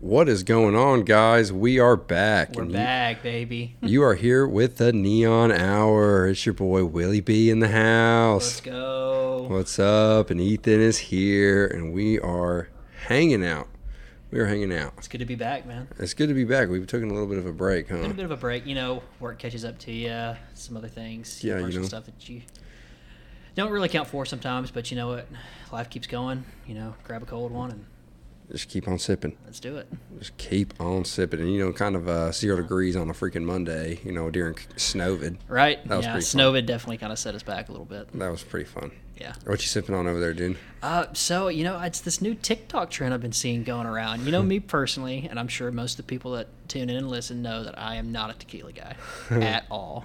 What is going on, guys? We are back. We're and you- back, baby. You, are here with the Neon Hour. It's your boy Willie B in the Let's house. go. What's up? And Ethan is here, and we are hanging out. We are hanging out. It's good to be back, man. It's good to be back. We've taken a little bit of a break, huh? Been a bit of a break, you know. Work catches up to you. Some other things, Yeah, you personal know. stuff that you don't really count for sometimes. But you know what? Life keeps going. You know, grab a cold one and Just keep on sipping. let's do it. Just keep on sipping. And you know, kind of uh, zero degrees on a freaking Monday. You know, during Snowvid. Right? That was yeah. pretty fun. Snowvid definitely kind of set us back a little bit. That was pretty fun. Yeah. What you sipping on over there, dude? Uh, so you know, it's this new TikTok trend I've been seeing going around. You know me personally, and I'm sure most of the people that tune in and listen know that I am not a tequila guy at all.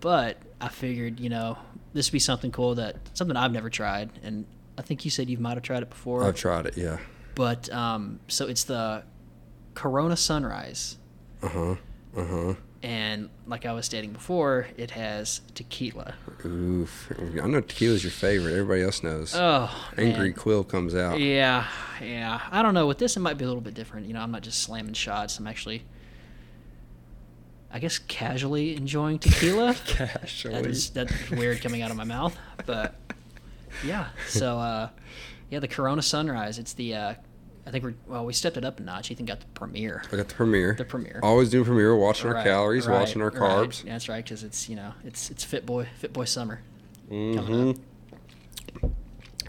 but I figured, you know, this would be something cool that something I've never tried, and I think you said you might have tried it before. I've tried it. Yeah. But um, so it's the Corona Sunrise, Uh huh. Uh huh. and like I was stating before, it has tequila. Oof. I know tequila's your favorite. Everybody else knows. Oh, Angry man. Quill comes out. Yeah, yeah. I don't know. With this, it might be a little bit different. You know, I'm not just slamming shots. I'm actually, I guess, casually enjoying tequila. that Casually. is that's weird coming out of my mouth, but yeah. So, uh, yeah, the Corona Sunrise. It's the. Uh, I think we're well. We stepped it up a notch. Ethan got the premiere. I got the premiere. The premiere. Always doing premiere, watching our Right, calories, right, watching our right. carbs. That's right, because it's you know it's it's Fit Boy Fit Boy summer. hmm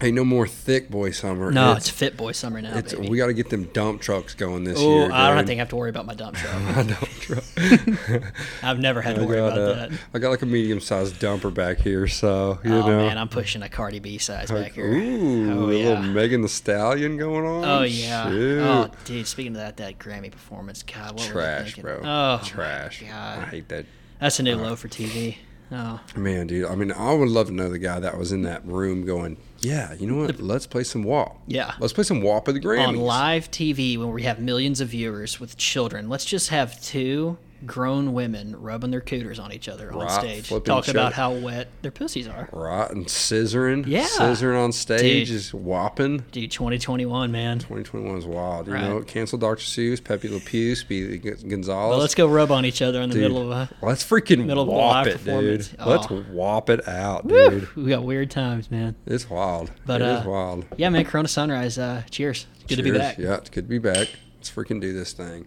Hey, no more thick boy summer. No, it's, it's, Fit Boy summer now. it's- baby. we got to get them dump trucks going this Oh, year. I don't dude. think I have to worry about my dump truck. My dump truck. I've never had to I worry got, about uh, that. I got like a medium sized dumper back here, so you oh know. man, I'm pushing a Cardi B size back Like, here. Ooh, oh a little yeah. Megan the Stallion going on. Oh yeah. Shoot. Oh dude, speaking of that, that Grammy performance, God, what were they Trash, thinking? bro. Oh my Trash. I God, hate that. that's a new low for TV. Oh, Man, dude. I mean, I would love to know the guy that was in that room going, yeah, you know what? Let's play some WAP. Yeah. Let's play some WAP at the Grammys. on live TV when we have millions of viewers with children, let's just have two grown women rubbing their cooters on each other on Right, stage, flipping talking each other. about how wet their pussies are. Right, and scissoring. Yeah. Scissoring on stage Dude. is whopping. Dude, 2021, man. 2021 is wild. You Right. know, cancel Dr. Seuss, Pepe Le Pew, Speedy G- Gonzalez. But let's go rub on each other in the Dude, middle of a. let's freaking middle of a whop live it, dude. performance. Let's Oh. whop it out, dude. We got weird times, man. It's wild. But, it is uh, wild. Yeah, man. Corona Sunrise. Uh, cheers. Good to be Cheers. back. Yeah, it's good to be back. Let's freaking do this thing.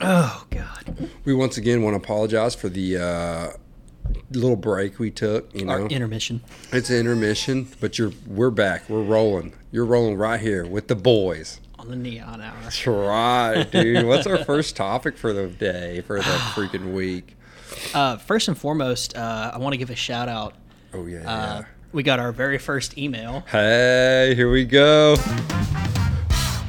Oh God. We once again want to apologize for the uh, little break we took. You Our know, intermission. it's an intermission, but you're we're back. We're rolling. You're rolling right here with the boys. on the neon hour. That's right, dude. What's our first topic for the day for the freaking week? Uh, first and foremost, uh, I want to give a shout out. Oh yeah. Uh, yeah. We got our very first email. Hey, here we go.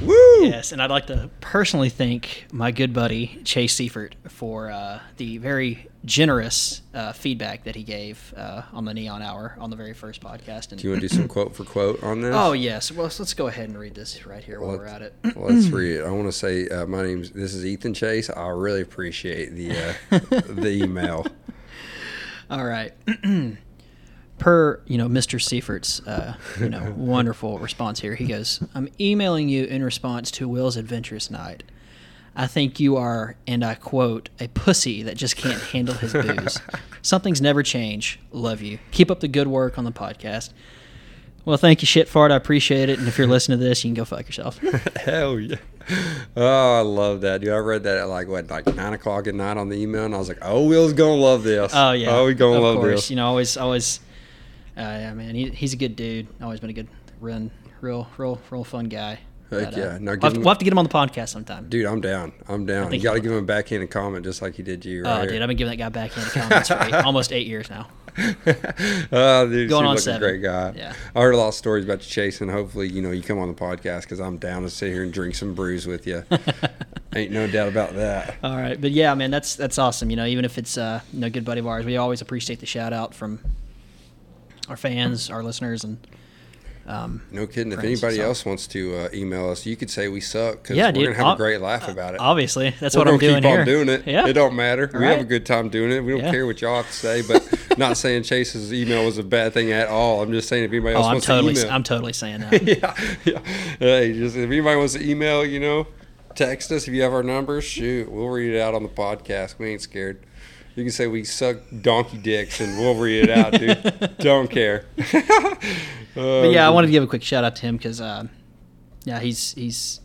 Woo! Yes, and I'd like to personally thank my good buddy Chase Seifert for uh, the very generous uh, feedback that he gave uh, on the Neon Hour on the very first podcast. Do you And want to do some quote for quote on this? oh yes, well let's go ahead and read this right here while we're at it. Let's read it. I want to say uh, my name's this is Ethan Chase. I really appreciate the uh, the email. All right. Per you know, Mr. Seifert's uh, you know wonderful response here. He goes, "I'm emailing you in response to Will's adventurous night. I think you are, and I quote, a pussy that just can't handle his booze. Something's never changed. Love you. Keep up the good work on the podcast. Well, thank you, shit fart. I appreciate it. And if you're listening to this, you can go fuck yourself. Hell yeah! Oh, I love that, dude. I read that at like what, like nine o'clock at night on the email, and I was like, "Oh, Will's gonna love this. Oh yeah. oh, he's gonna of love course. this." You know, always, always. Uh, yeah, man. He, he's a good dude. Always been a good, run, real, real, real fun guy. Heck But, uh, yeah. Now we'll, give have to, him- we'll have to get him on the podcast sometime. dude, I'm down. I'm down. You think got to he- give him a backhanded comment just like he did you. oh, Right dude, I've been giving that guy backhand comments for eight, almost eight years now. oh, dude, Going seems on like seven. a great guy. Yeah. I heard a lot of stories about you, Chase, and hopefully, you know, you come on the podcast because I'm down to sit here and drink some brews with you. Ain't no doubt about that. All right, but yeah, man, that's that's awesome. You know, even if it's uh, you know, good buddy of ours, we always appreciate the shout out from our fans, our listeners, and um, No kidding. If Friends, anybody so- else wants to uh, email us, you could say we suck because Yeah, we're dude, gonna have I'll- a great laugh about it. obviously that's we're what I'm gonna doing keep here. on doing it. Yeah, It don't matter. we have a Right. good time doing it. We don't Yeah. care what y'all have to say, but Not saying Chase's email was a bad thing at all. I'm just saying if anybody Oh, else I'm wants totally, to email, I'm totally saying that. yeah, yeah. Hey, just if anybody wants to email, you know, text us if you have our numbers. Shoot, we'll read it out on the podcast. We ain't scared. You can say we suck donkey dicks and we'll read it out, dude. Don't care. Uh, but yeah, I wanted to give a quick shout out to him because, uh, yeah, he's he's,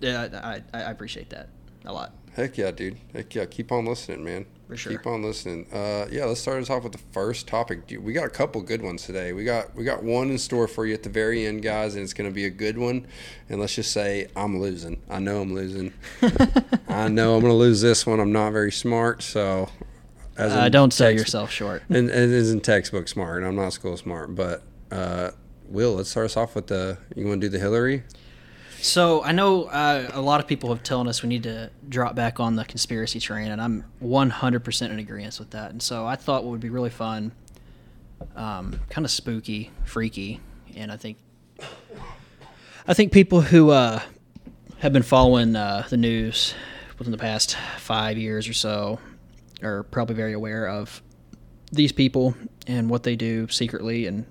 yeah, I, I I appreciate that a lot. Heck yeah, dude. Heck yeah. Keep on listening, man. For sure. Keep on listening. Uh, yeah, let's start us off with the first topic. Dude, we got a couple good ones today. We got we got one in store for you at the very end, guys, and it's gonna be a good one. And let's just say I'm losing. I know I'm losing. I know I'm gonna lose this one. I'm not very smart, so as Uh, in don't sell text- yourself short. And, and it isn't textbook smart, and I'm not school smart, but uh, Will, let's start us off with the. You want to do the Hillary? So I know uh, a lot of people have telling us we need to drop back on the conspiracy train, and I'm 100% in agreement with that. And so I thought what would be really fun, um, kind of spooky, freaky, and I think I think people who uh, have been following uh, the news within the past five years or so are probably very aware of these people and what they do secretly, and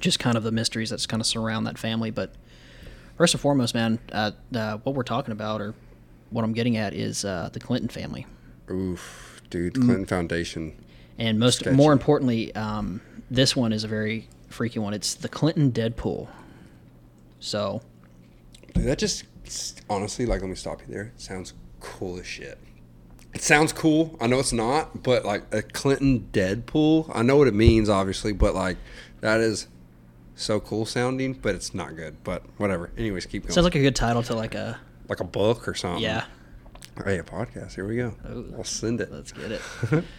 just kind of the mysteries that's kind of surround that family, but first and foremost, man, uh, uh, what we're talking about or what I'm getting at is uh, the Clinton family, Oof, dude, Mm. Clinton Foundation. and most Sketchy. more importantly, um, this one is a very freaky one. It's the Clinton Deadpool. So Dude, that just honestly, like, let me stop you there. sounds cool as shit. It sounds cool. I know it's not, but like a Clinton Deadpool. I know what it means, obviously, but like that is so cool sounding, but it's not good. But whatever. Anyways, keep going. sounds like a good title to like a like a book or something. yeah. Hey, a podcast. Here we go. Ooh. I'll send it. Let's get it.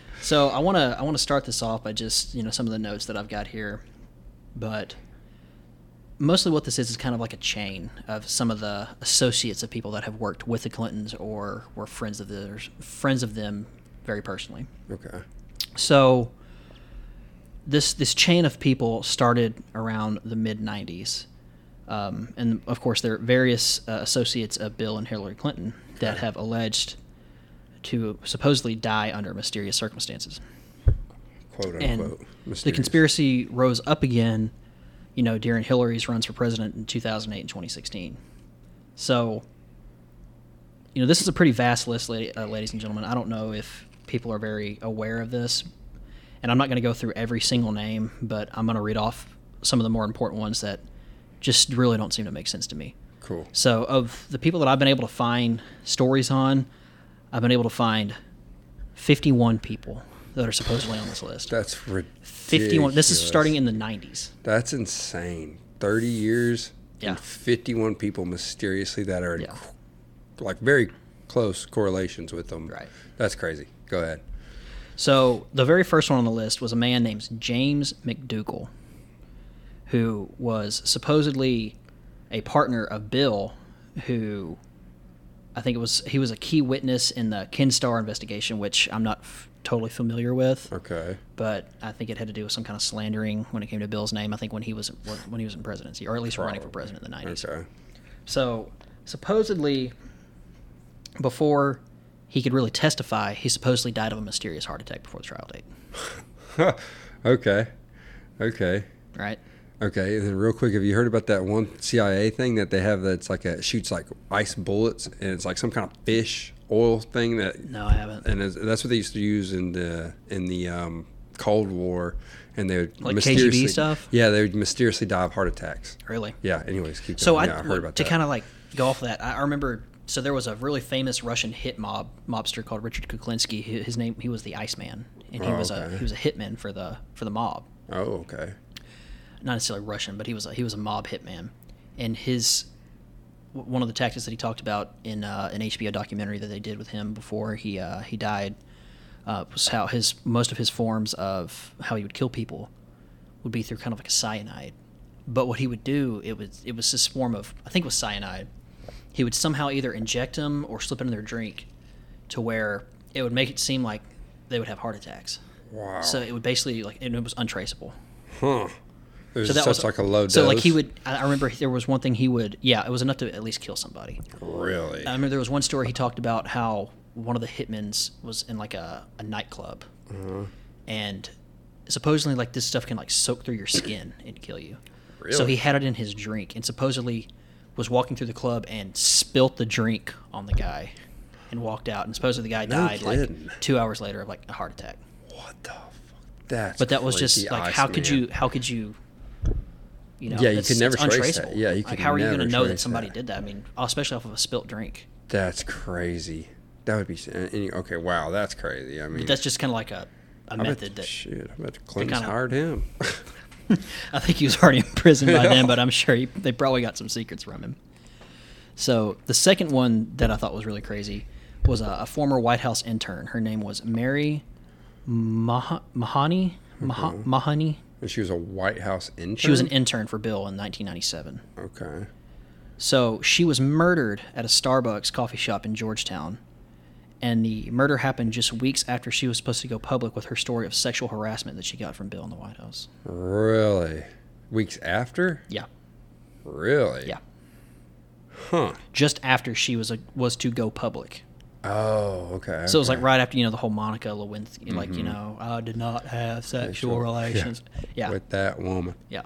so I want to I want to start this off by just you know some of the notes that I've got here, but mostly what this is is kind of like a chain of some of the associates of people that have worked with the Clintons or were friends of theirs, friends of them very personally. Okay. So this this chain of people started around the mid '90s, um, and of course there are various uh, associates of Bill and Hillary Clinton that have alleged to supposedly die under mysterious circumstances. Quote And unquote. The Mysterious. conspiracy rose up again, you know, during Hillary's runs for president in 2008 and 2016. So, you know, this is a pretty vast list, la- uh, ladies and gentlemen. I don't know if people are very aware of this, and I'm not going to go through every single name, but I'm going to read off some of the more important ones that just really don't seem to make sense to me. Cool. So, of the people that I've been able to find stories on, I've been able to find 51 people that are supposedly on this list. That's ridiculous. 51. This is starting in the 90s. That's insane. 30 years Yeah. and 51 people mysteriously that are in Yeah. c- like very close correlations with them. Right. That's crazy. Go ahead. So the very first one on the list was a man named James McDougal, who was supposedly a partner of Bill, who I think it was he was a key witness in the Ken Starr investigation, which I'm not f- totally familiar with, Okay. but I think it had to do with some kind of slandering when it came to Bill's name. I think when he was when he was in presidency, or at least running for president in the 90s. Okay. So supposedly, before he could really testify, he supposedly died of a mysterious heart attack before the trial date. okay. Okay. Right? Okay. And then real quick, have you heard about that one CIA thing that they have that's like a shoots like ice bullets and it's like some kind of fish oil thing that No, I haven't. and it's- that's what they used to use in the in the um, Cold War, and they would Like KGB mysteriously stuff? Yeah, they would mysteriously die of heart attacks. Really? Yeah. Anyways, keep So going. I, yeah, I heard about to that. kind of like go off that, I I remember. So there was a really famous Russian hit mob mobster called Richard Kuklinski. Hi- His name he was the Iceman, and he Oh, was okay. a he was a hitman for the for the mob. oh, okay. not necessarily Russian, but he was a, he was a mob hitman, and his w- one of the tactics that he talked about in uh, an HBO documentary that they did with him before he uh, he died uh, was how his most of his forms of how he would kill people would be through kind of like a cyanide. But what he would do it was it was this form of I think it was cyanide. He would somehow either inject them or slip it in their drink, to where it would make it seem like they would have heart attacks. Wow. So it would basically like and it was untraceable huh. It was such like a low dose. so like he would i I remember there was one thing he would yeah it was enough to at least kill somebody really. i remember there was one story he talked about Mm-hmm. how one of the hitmans was in like a, a nightclub and supposedly like this stuff can like soak through your skin and kill you. So Really? he had it in his drink and supposedly was walking through the club and spilt the drink on the guy and walked out and supposedly the guy No died kidding. like 2 hours later of like a heart attack. What the fuck? That's But that was just freaky like ice, how could man. you how could you you know Yeah, you it's- could never it's trace that. untraceable. Yeah, you like could how are you never to know that trace somebody that. did that? I mean, especially off of a spilt drink. That's crazy. That would be s- uh, any okay. Wow, that's crazy. I mean, That's just kind of like a, a I bet, method that shit. I bet Clinton's kinda- hired him. I think he was already in prison by then, but I'm sure he, they probably got some secrets from him. So the second one that I thought was really crazy was a, a former White House intern. Her name was Mary Mah- Mahoney. Mah- Mm-hmm. Mahoney. and she was a White House intern. She was an intern for Bill in 1997. okay. So she was murdered at a Starbucks coffee shop in Georgetown. And the murder happened just weeks after she was supposed to go public with her story of sexual harassment that she got from Bill in the White House. Really? Weeks after? Yeah. Really? Yeah. Huh. Just after she was a, was to go public. Oh, okay. So it was okay. like right after you know the whole Monica Lewinsky, like you know, I did not have sexual Sexual- relations. Yeah, yeah. with that woman. And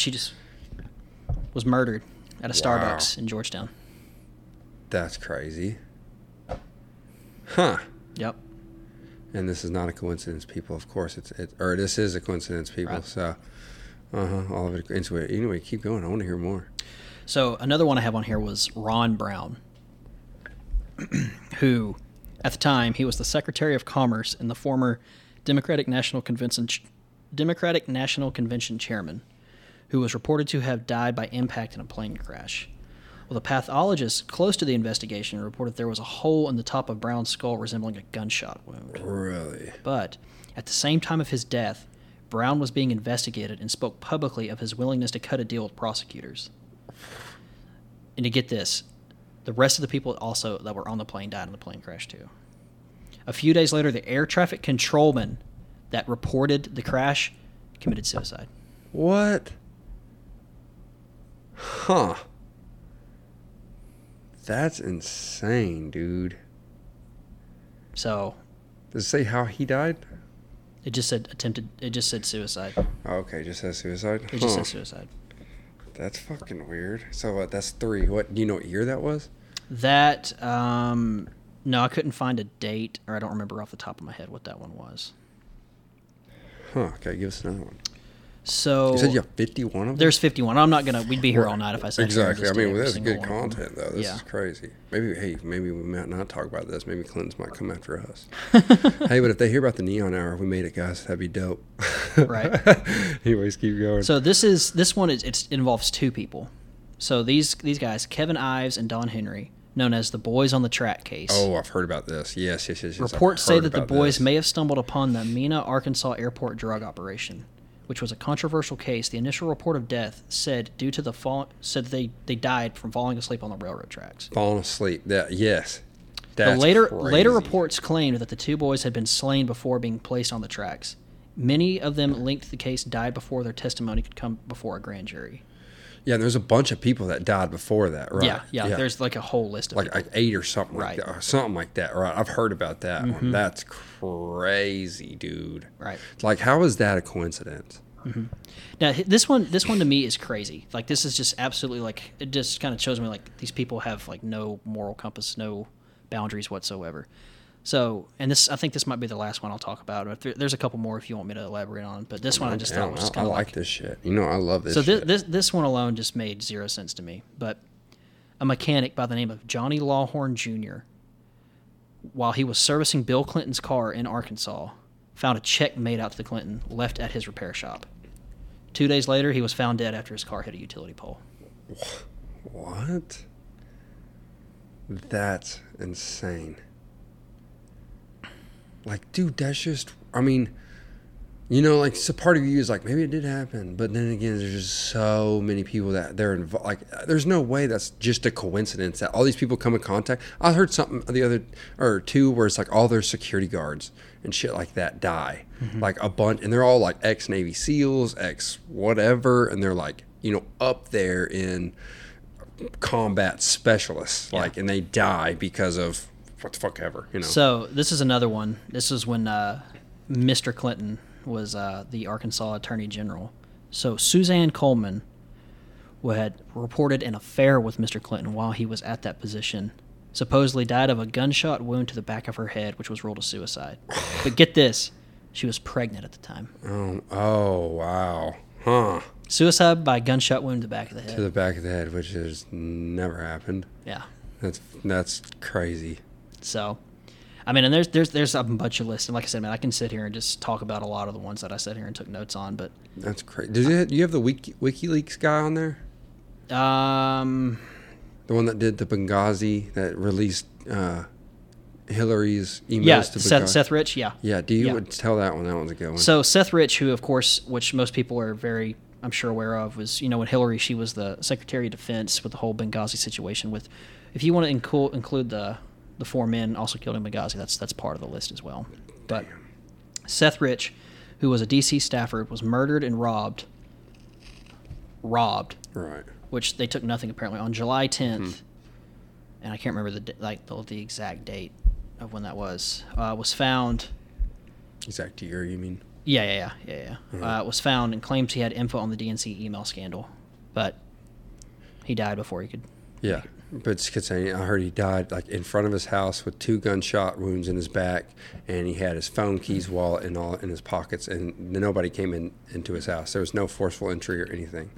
she just was murdered at a Wow. Starbucks in Georgetown. That's crazy. Huh. Yep. And this is not a coincidence, people. Of course, it's it, or this is a coincidence, people. Right. So, uh huh. All of it. Anyway, anyway, keep going. I want to hear more. So another one I have on here was Ron Brown, who, at the time, he was the Secretary of Commerce and the former Democratic National Convention Democratic National Convention chairman, who was reported to have died by impact in a plane crash. Well, the pathologist close to the investigation reported there was a hole in the top of Brown's skull resembling a gunshot wound. Really? But at the same time of his death, Brown was being investigated and spoke publicly of his willingness to cut a deal with prosecutors. And to get this, the rest of the people also that were on the plane died in the plane crash too. A few days later, the air traffic controlman that reported the crash committed suicide. What? Huh. That's insane, dude. So Does it say how he died? it just said attempted. It just said suicide. Oh, Okay, just says suicide. It just Huh. said suicide. That's fucking weird. So what? That's three. What? Do you know what year that was? That um, no, I couldn't find a date, or I don't remember off the top of my head what that one was. Huh? Okay, give us another one. So You said you have fifty-one of them. There's 51. I'm not gonna. We'd be here all night if I said exactly. I mean, well, that's that's good content though. This Yeah. is crazy. Maybe hey, maybe we might not talk about this. Maybe Clintons might come after us. hey, but if they hear about the neon hour, we made it, guys. That'd be dope. Right. Anyways, keep going. So this is this one is it's, involves two people. So these these guys, Kevin Ives and Don Henry, known as the Boys on the Track case. oh, I've heard about this. Yes, yes, yes. yes. I've Reports say heard that the about boys this. may have stumbled upon the Mena, Arkansas airport drug operation, which was a controversial case. The initial report of death said due to the fall said they they died from falling asleep on the railroad tracks. falling asleep. That yes. The That's later later crazy. reports claimed that the two boys had been slain before being placed on the tracks. Many of them linked to the case died before their testimony could come before a grand jury. Yeah, and there's a bunch of people that died before that, right? Yeah, yeah, There's like a whole list of like, people. like eight or something Right. like Mm-hmm. that, or something like that, right? I've heard about that one. That's crazy, dude. right Like, how is that a coincidence? now. hi- This one, this one to me is crazy. Like this is just absolutely like it just kind of shows me like these people have like no moral compass, no boundaries whatsoever. So, and this I think this might be the last one I'll talk about. If there, there's a couple more if you want me to elaborate on, but this one I just thought Damn, was I, just I kind of like this shit. You know, I love this. So this, shit. this this one alone just made zero sense to me. But a mechanic by the name of Johnny Lawhorn Jr. while he was servicing Bill Clinton's car in Arkansas, found a check made out to the Clinton left at his repair shop. Two days later, he was found dead after his car hit a utility pole. what? That's insane. Like, dude, that's just. I mean, you know, like, so part of you is like, maybe it did happen, but then again, there's just so many people that they're involved. Like, uh, there's no way that's just a coincidence that all these people come in contact. I heard something the other or two where it's like all their security guards and shit like that die, like a bunch, and they're all like ex Navy SEALs, ex whatever, and they're like, you know, up there in combat specialists, like, and they die because of what the fuck ever, you know. So this is another one. This is when uh, Mr. Clinton was uh, the Arkansas Attorney General. So Suzanne Coleman who had reported an affair with Mr. Clinton while he was at that position. Supposedly died of a gunshot wound to the back of her head, which was ruled a suicide. but get this, she was pregnant at the time. Um, oh wow, huh? Suicide by gunshot wound to the back of the head. To the back of the head, which has never happened. yeah. That's that's crazy. So, I mean, and there's there's there's a bunch of lists, and like I said, man, I can sit here and just talk about a lot of the ones that I sat here and took notes on. But That's crazy. Did you, you have the Wiki, WikiLeaks guy on there? um, The one that did the Benghazi that released uh, Hillary's emails yeah, to Benghazi. Seth Seth Rich, yeah. Yeah, do you Yeah. would tell that one? That one's a good one. So Seth Rich, who of course, which most people are very, I'm sure, aware of, was you know when Hillary she was the Secretary of Defense with the whole Benghazi situation. With, if you want to include include the the four men also killed in Benghazi, that's that's part of the list as well. But Seth Rich, who was a DC staffer, was murdered and robbed. Robbed, right. which they took nothing apparently on July 10th, and I can't remember the d- like the, the exact date of when that was. Uh, was found Exact year, you mean? yeah, yeah, yeah, yeah. yeah. Uh, was found and claims he had info on the DNC email scandal, but he died before he could. Yeah. But it's concerning. I heard he died like in front of his house with two gunshot wounds in his back, and he had his phone, keys, wallet, and all in his pockets, and nobody came in into his house. There was no forceful entry or anything.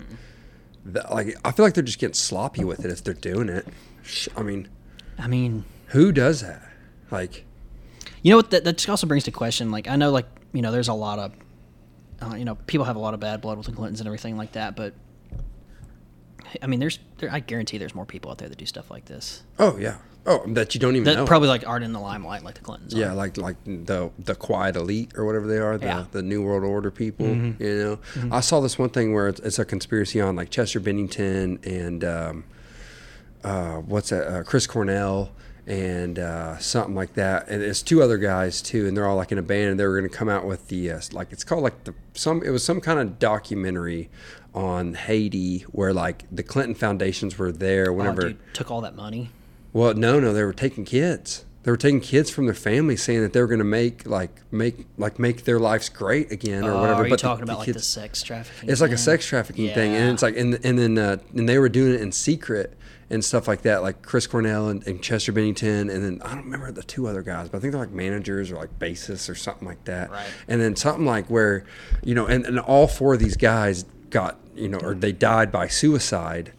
That- like I feel like they're just getting sloppy with it if they're doing it. Sh- I mean, I mean, who does that? Like, you know what? That, that just also brings to question. Like, I know, like you know, there's a lot of, uh, you know, people have a lot of bad blood with the Clintons and everything like that. But I mean, there's, there, I guarantee there's more people out there that do stuff like this oh yeah, oh that you don't even that know. probably like aren't in the limelight like the Clintons. are. Yeah, like like the the quiet elite or whatever they are, the, Yeah. Mm-hmm. the New World Order people. You know, I saw this one thing where it's, it's a conspiracy on like Chester Bennington and um, uh, what's that? Uh, Chris Cornell and uh, something like that. And it's two other guys too, and they're all like in a band. and They were going to come out with the uh, like it's called like the some it was some kind of documentary on Haiti where like the Clinton foundations were there Oh, whenever. dude, took all that money. Well, no, no, they were taking kids. They were taking kids from their families, saying that they were going to make like make like make their lives great again or Oh, whatever. are you but the- talking the about like kids- the sex trafficking? It's like a thing? sex trafficking thing, and Yeah. it's like and and then uh, and they were doing it in secret and stuff like that, like Chris Cornell and, and Chester Bennington, and then I don't remember the two other guys, but I think they're like managers or like bassists or something like that. Right. And then something like where, you know, and, and all four of these guys got you know or Mm. they died by suicide,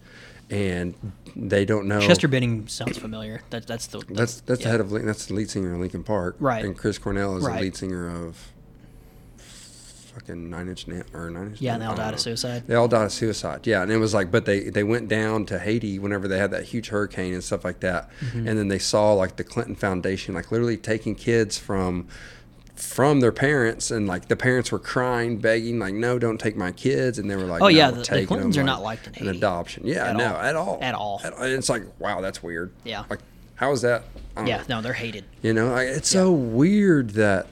and they don't know. Chester Benning sounds familiar. That, that's the That's that's the head of Lin- that's the lead singer of Linkin Park, Right. And Chris Cornell is Right. the lead singer of fucking Nine Inch Nails or Nine Inch. yeah, and they Nails? all I don't died of know. suicide. They all died of suicide. Yeah, and it was like, but they they went down to Haiti whenever they had that huge hurricane and stuff like that, Mm-hmm. and then they saw like the Clinton Foundation like literally taking kids from from their parents and like the parents were crying begging like no don't take my kids and they were like Oh, "No, yeah, we're the- the taking Clintons them, are not liked in an Haiti. adoption yeah At no all. at all At all. and it's like wow that's weird Yeah. like how is that I don't Yeah, know. no, they're hated. You know, I, it's so weird that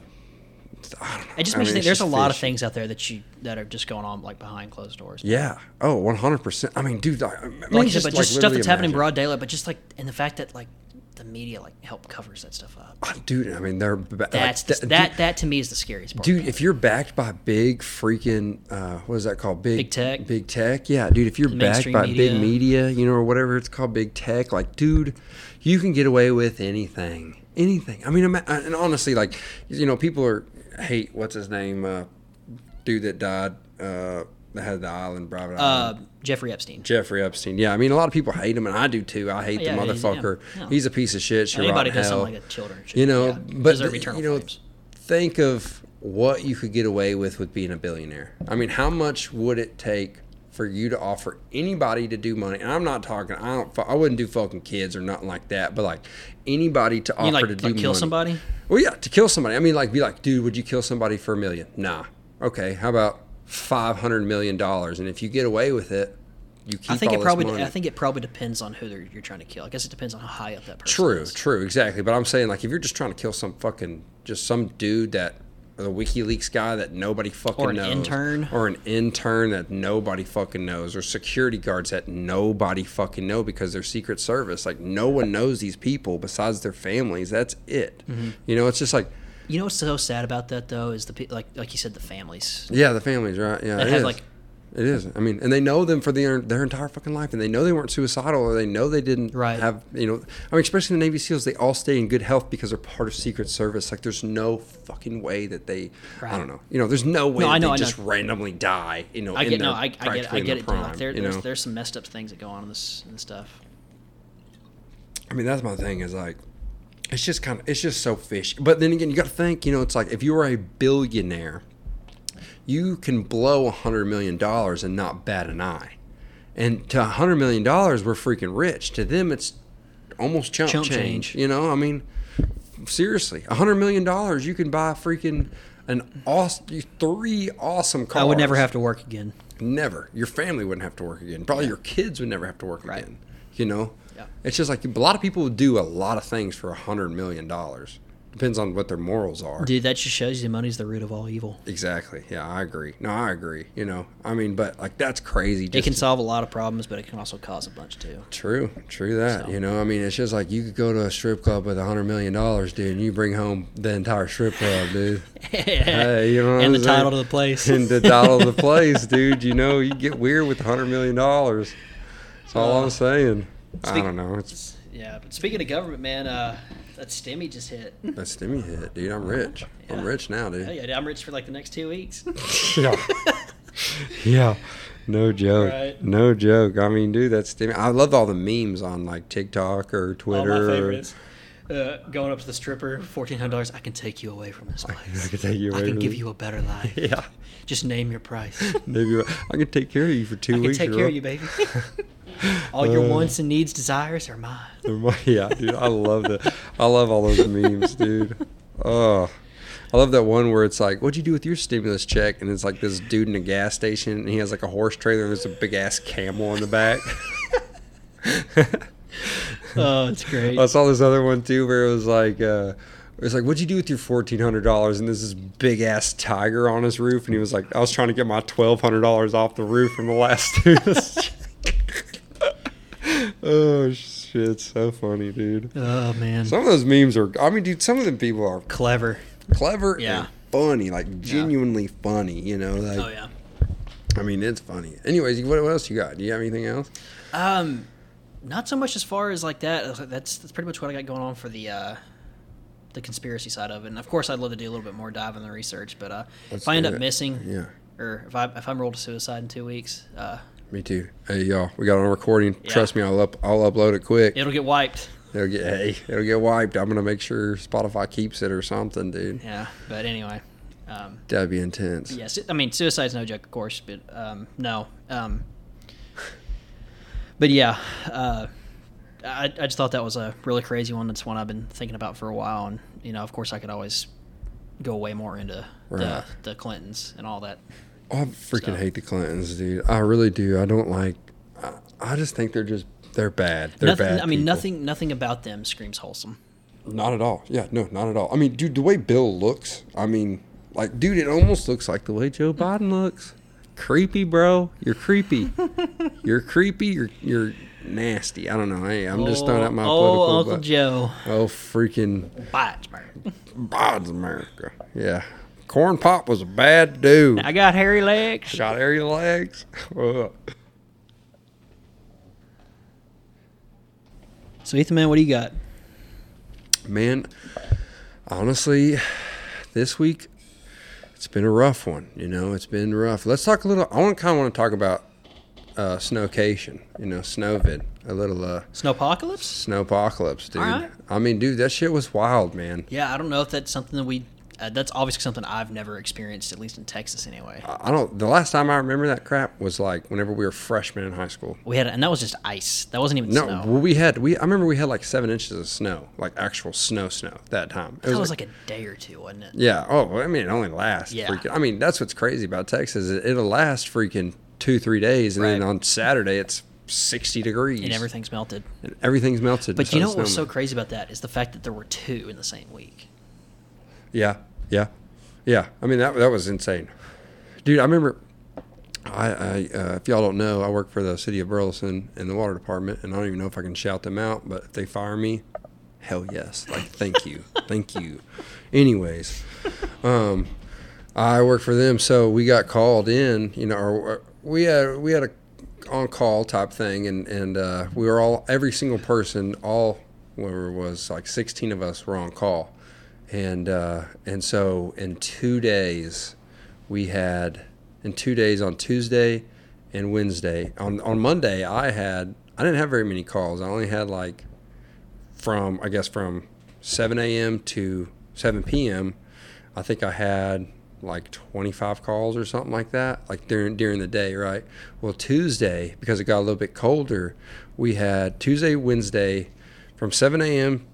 It just I makes mean, you it's think there's a just lot of fishy. things out there that you that are just going on like behind closed doors. yeah, oh, one hundred percent. I mean, dude, I, like, like, you said, but like, just stuff literally that's happening in imagine. broad daylight, but just like and the fact that like the media like help covers that stuff up. dude. I mean, they're ba- That's like, the- that that to me is the scariest part. Dude, if you're backed by big freaking, uh, what is that called? Big, Big tech? Big tech. Yeah, dude, if you're backed mainstream by big media. media, you know, or whatever it's called, big tech, like, dude, you can get away with anything. Anything. I mean, ima- uh, and honestly, like, you know, people are, hate, what's his name? Uh, dude that died, uh, that had the island, private island. uh, Jeffrey Epstein. Jeffrey Epstein. Yeah, I mean, a lot of people hate him, and I do too. I hate Oh, Yeah, the yeah, he's- yeah, motherfucker. He's, no. a piece of shit. Should Anybody rot in does hell. something like that, children, should, you know, yeah, but deserve th- eternal you know, flames. think of what you could get away with with being a billionaire. I mean, how much would it take for you to offer anybody to do money? And I'm not talking. I don't. fu- I wouldn't do fucking kids or nothing like that. But like anybody to offer You mean, to like, do like kill money. somebody? Well, yeah, to kill somebody. I mean, like, be like, dude, would you kill somebody for a million? Nah. Okay, how about five hundred million dollars? And if you get away with it, you keep. I think all it probably This money. I think it probably depends on who they're, you're trying to kill. I guess it depends on how high up that person. True, is. true, exactly. But I'm saying, like, if you're just trying to kill some fucking, just some dude that, or the WikiLeaks guy that nobody fucking Or an knows, intern. or an intern that nobody fucking knows, or security guards that nobody fucking know because they're Secret Mm-hmm. Service. Like, no one knows these people besides their families. That's it. You know, it's just like, You know what's so sad about that though is the pe- like like you said the families. Yeah, the families, right? Yeah, That it has, is. like- it is. I mean, and they know them for their their entire fucking life, and they know they weren't suicidal, or they know they didn't Right. have you know. I mean, especially the Navy SEALs, they all stay in good health because they're part of Secret Service. Like, there's no fucking way that they, I Right. don't know, you know, there's no way No, that I know, they I know. just randomly die. You know, I in get no, their- I, I get it, practically I in their get it. dude. Like prime, there, you there's know? there's some messed up things that go on in this in this stuff. I mean, that's my thing is like, it's just kind of, it's just so fish. But then again, you got to think, you know, it's like if you were a billionaire, you can blow a hundred million dollars and not bat an eye. And to a hundred million dollars, we're freaking rich. To them, it's almost chump, Chump change. change. You know, I mean, seriously, a hundred million dollars, you can buy freaking an awesome, three awesome cars. I would never have to work again. Never. Your family wouldn't have to work again. Probably your kids would never have to work Right. again. You know? Yeah. It's just like a lot of people would do a lot of things for a hundred million dollars. Depends on what their morals are. Dude, that just shows you money's the root of all evil. exactly. Yeah, I agree. No, I agree. You know, I mean, but like that's crazy. It Just can solve a lot of problems, but it can also cause a bunch too. true, true that. So. You know, I mean, it's just like you could go to a strip club with a hundred million dollars, dude, and you bring home the entire strip club, dude. Hey, you know what and I'm the title to saying? the place. and the title of the place, dude. You know, you get weird with a hundred million dollars. That's all I'm saying. I Uh, speak- don't know. It's yeah, but speaking of government, man, uh, that stimmy just hit. That stimmy hit, dude. I'm rich. I'm Yeah. rich now, Hell dude. yeah, dude, I'm rich for like the next two weeks. Yeah. yeah. No joke. Right. No joke. I mean, dude, that stimmy. I love all the memes on like TikTok or All Twitter. my or- favorites. Uh, going up to the stripper, fourteen hundred dollars. I can take you away from this place. I can take you away I can from give this- you a better life. Yeah. Just name your price. Maybe I can take care of you for two I can weeks. take you're care up. of you, baby. All your Uh. wants and needs, desires are mine. Never mind. yeah, dude, I love that. I love all those memes, dude. Oh, I love that one where it's like, "What'd you do with your stimulus check?" And it's like this dude in a gas station, and he has like a horse trailer, and there's a big ass camel in the back. Oh, it's great. I saw this other one too, where it was like, uh, it was like, "What'd you do with your fourteen hundred dollars?" And there's this big ass tiger on his roof, and he was like, "I was trying to get my twelve hundred dollars off the roof from the last stimulus." check." oh shit, so funny, dude. Oh man, Some of those memes are. I mean, dude, some of them people are clever. clever Yeah. and funny, like genuinely funny. You know, like Oh yeah. I mean, it's funny. Anyways, what, what else you got? Do you have anything else? Um, not so much as far as like that. That's that's pretty much what I got going on for the uh, the conspiracy side of it. And of course, I'd love to do a little bit more dive in the research. But uh, Let's if I end do up it. missing, Yeah. or if I if I'm rolled to suicide in two weeks, uh, Me too. Hey y'all, we got on recording. Yeah. Trust me, I'll up, I'll upload it quick. it'll get wiped. It'll get hey, it'll get wiped. I'm gonna make sure Spotify keeps it or something, dude. Yeah. But anyway, um, That'd be intense. yes. I mean, suicide's no joke, of course. But um, no. Um, but yeah. Uh, I, I just thought that was a really crazy one. It's one I've been thinking about for a while, and you know, of course, I could always go way more into Right. the, the Clintons and all that. Oh, I freaking So- hate the Clintons, dude. I really do. I don't like. I, I just think they're just they're bad. They're nothing, bad. I mean, people. nothing, nothing about them screams wholesome. Not at all. Yeah, no, not at all. I mean, dude, the way Bill looks, I mean, like, dude, it almost looks like the way Joe Biden looks. Creepy, bro. You're creepy. you're creepy. You're you're nasty. I don't know. Hey, I'm just throwing out my political. oh, Uncle bu- Joe, Oh, freaking Bitesburg. Biden's America. Yeah, Corn Pop was a bad dude. I got hairy legs. Shot area legs. Ugh. So Ethan, man, what do you got? Man, honestly, this week it's been a rough one. You know, it's been rough. Let's talk a little. I want kind of want to talk about uh, snowcation. You know, snowvid, a little uh, Snowpocalypse? snowpocalypse, dude. Alright. I mean, dude, that shit was wild, man. Yeah, I don't know if that's something that we. Uh, that's obviously something I've never experienced, at least in Texas, anyway. I don't. The last time I remember that crap was like whenever we were freshmen in high school. We had, and that was just ice. That wasn't even No, snow. well, we had we. I remember we had like seven inches of snow, like actual snow, snow that time. It that was like a day or two, wasn't it? Yeah. Oh, well, I mean, it only lasts. Yeah. Freaking, I mean, that's what's crazy about Texas. is It'll last freaking two, three days, and then Right. on Saturday it's sixty degrees, And everything's melted. And everything's melted. But you know what was so snowman. crazy about that is the fact that there were two in the same week. Yeah. Yeah. Yeah. I mean, that that was insane, dude. I remember. I, I uh, if y'all don't know, I work for the city of Burleson in the water department, and I don't even know if I can shout them out. But if they fire me, hell yes. Like, thank you, thank you. Anyways, um, I work for them, so we got called in. You know, or, or we had we had a on call type thing, and and uh, we were all every single person, all where it was like sixteen of us were on call, and uh, and so in two days we had in two days on Tuesday and Wednesday. On on Monday, I had I didn't have very many calls. I only had like from I guess from 7 a.m. to 7 p.m. I think I had like 25 calls or something like that, like during during the day, right? Well, Tuesday because it got a little bit colder, we had Tuesday, Wednesday, from 7 a.m.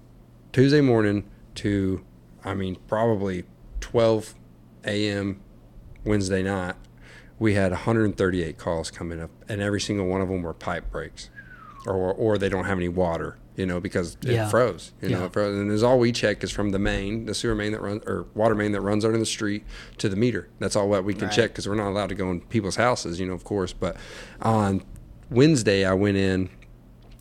Tuesday morning to I mean probably 12 a.m. Wednesday night, we had 138 calls coming up, and every single one of them were pipe breaks, or or, or they don't have any water, you know, because it Yeah. froze, you know, Yeah. it froze. And is all we check is from the main, the sewer main that runs, or water main that runs under the street to the meter. That's all what we can Right. check because we're not allowed to go in people's houses, you know, of course. But on Wednesday, I went in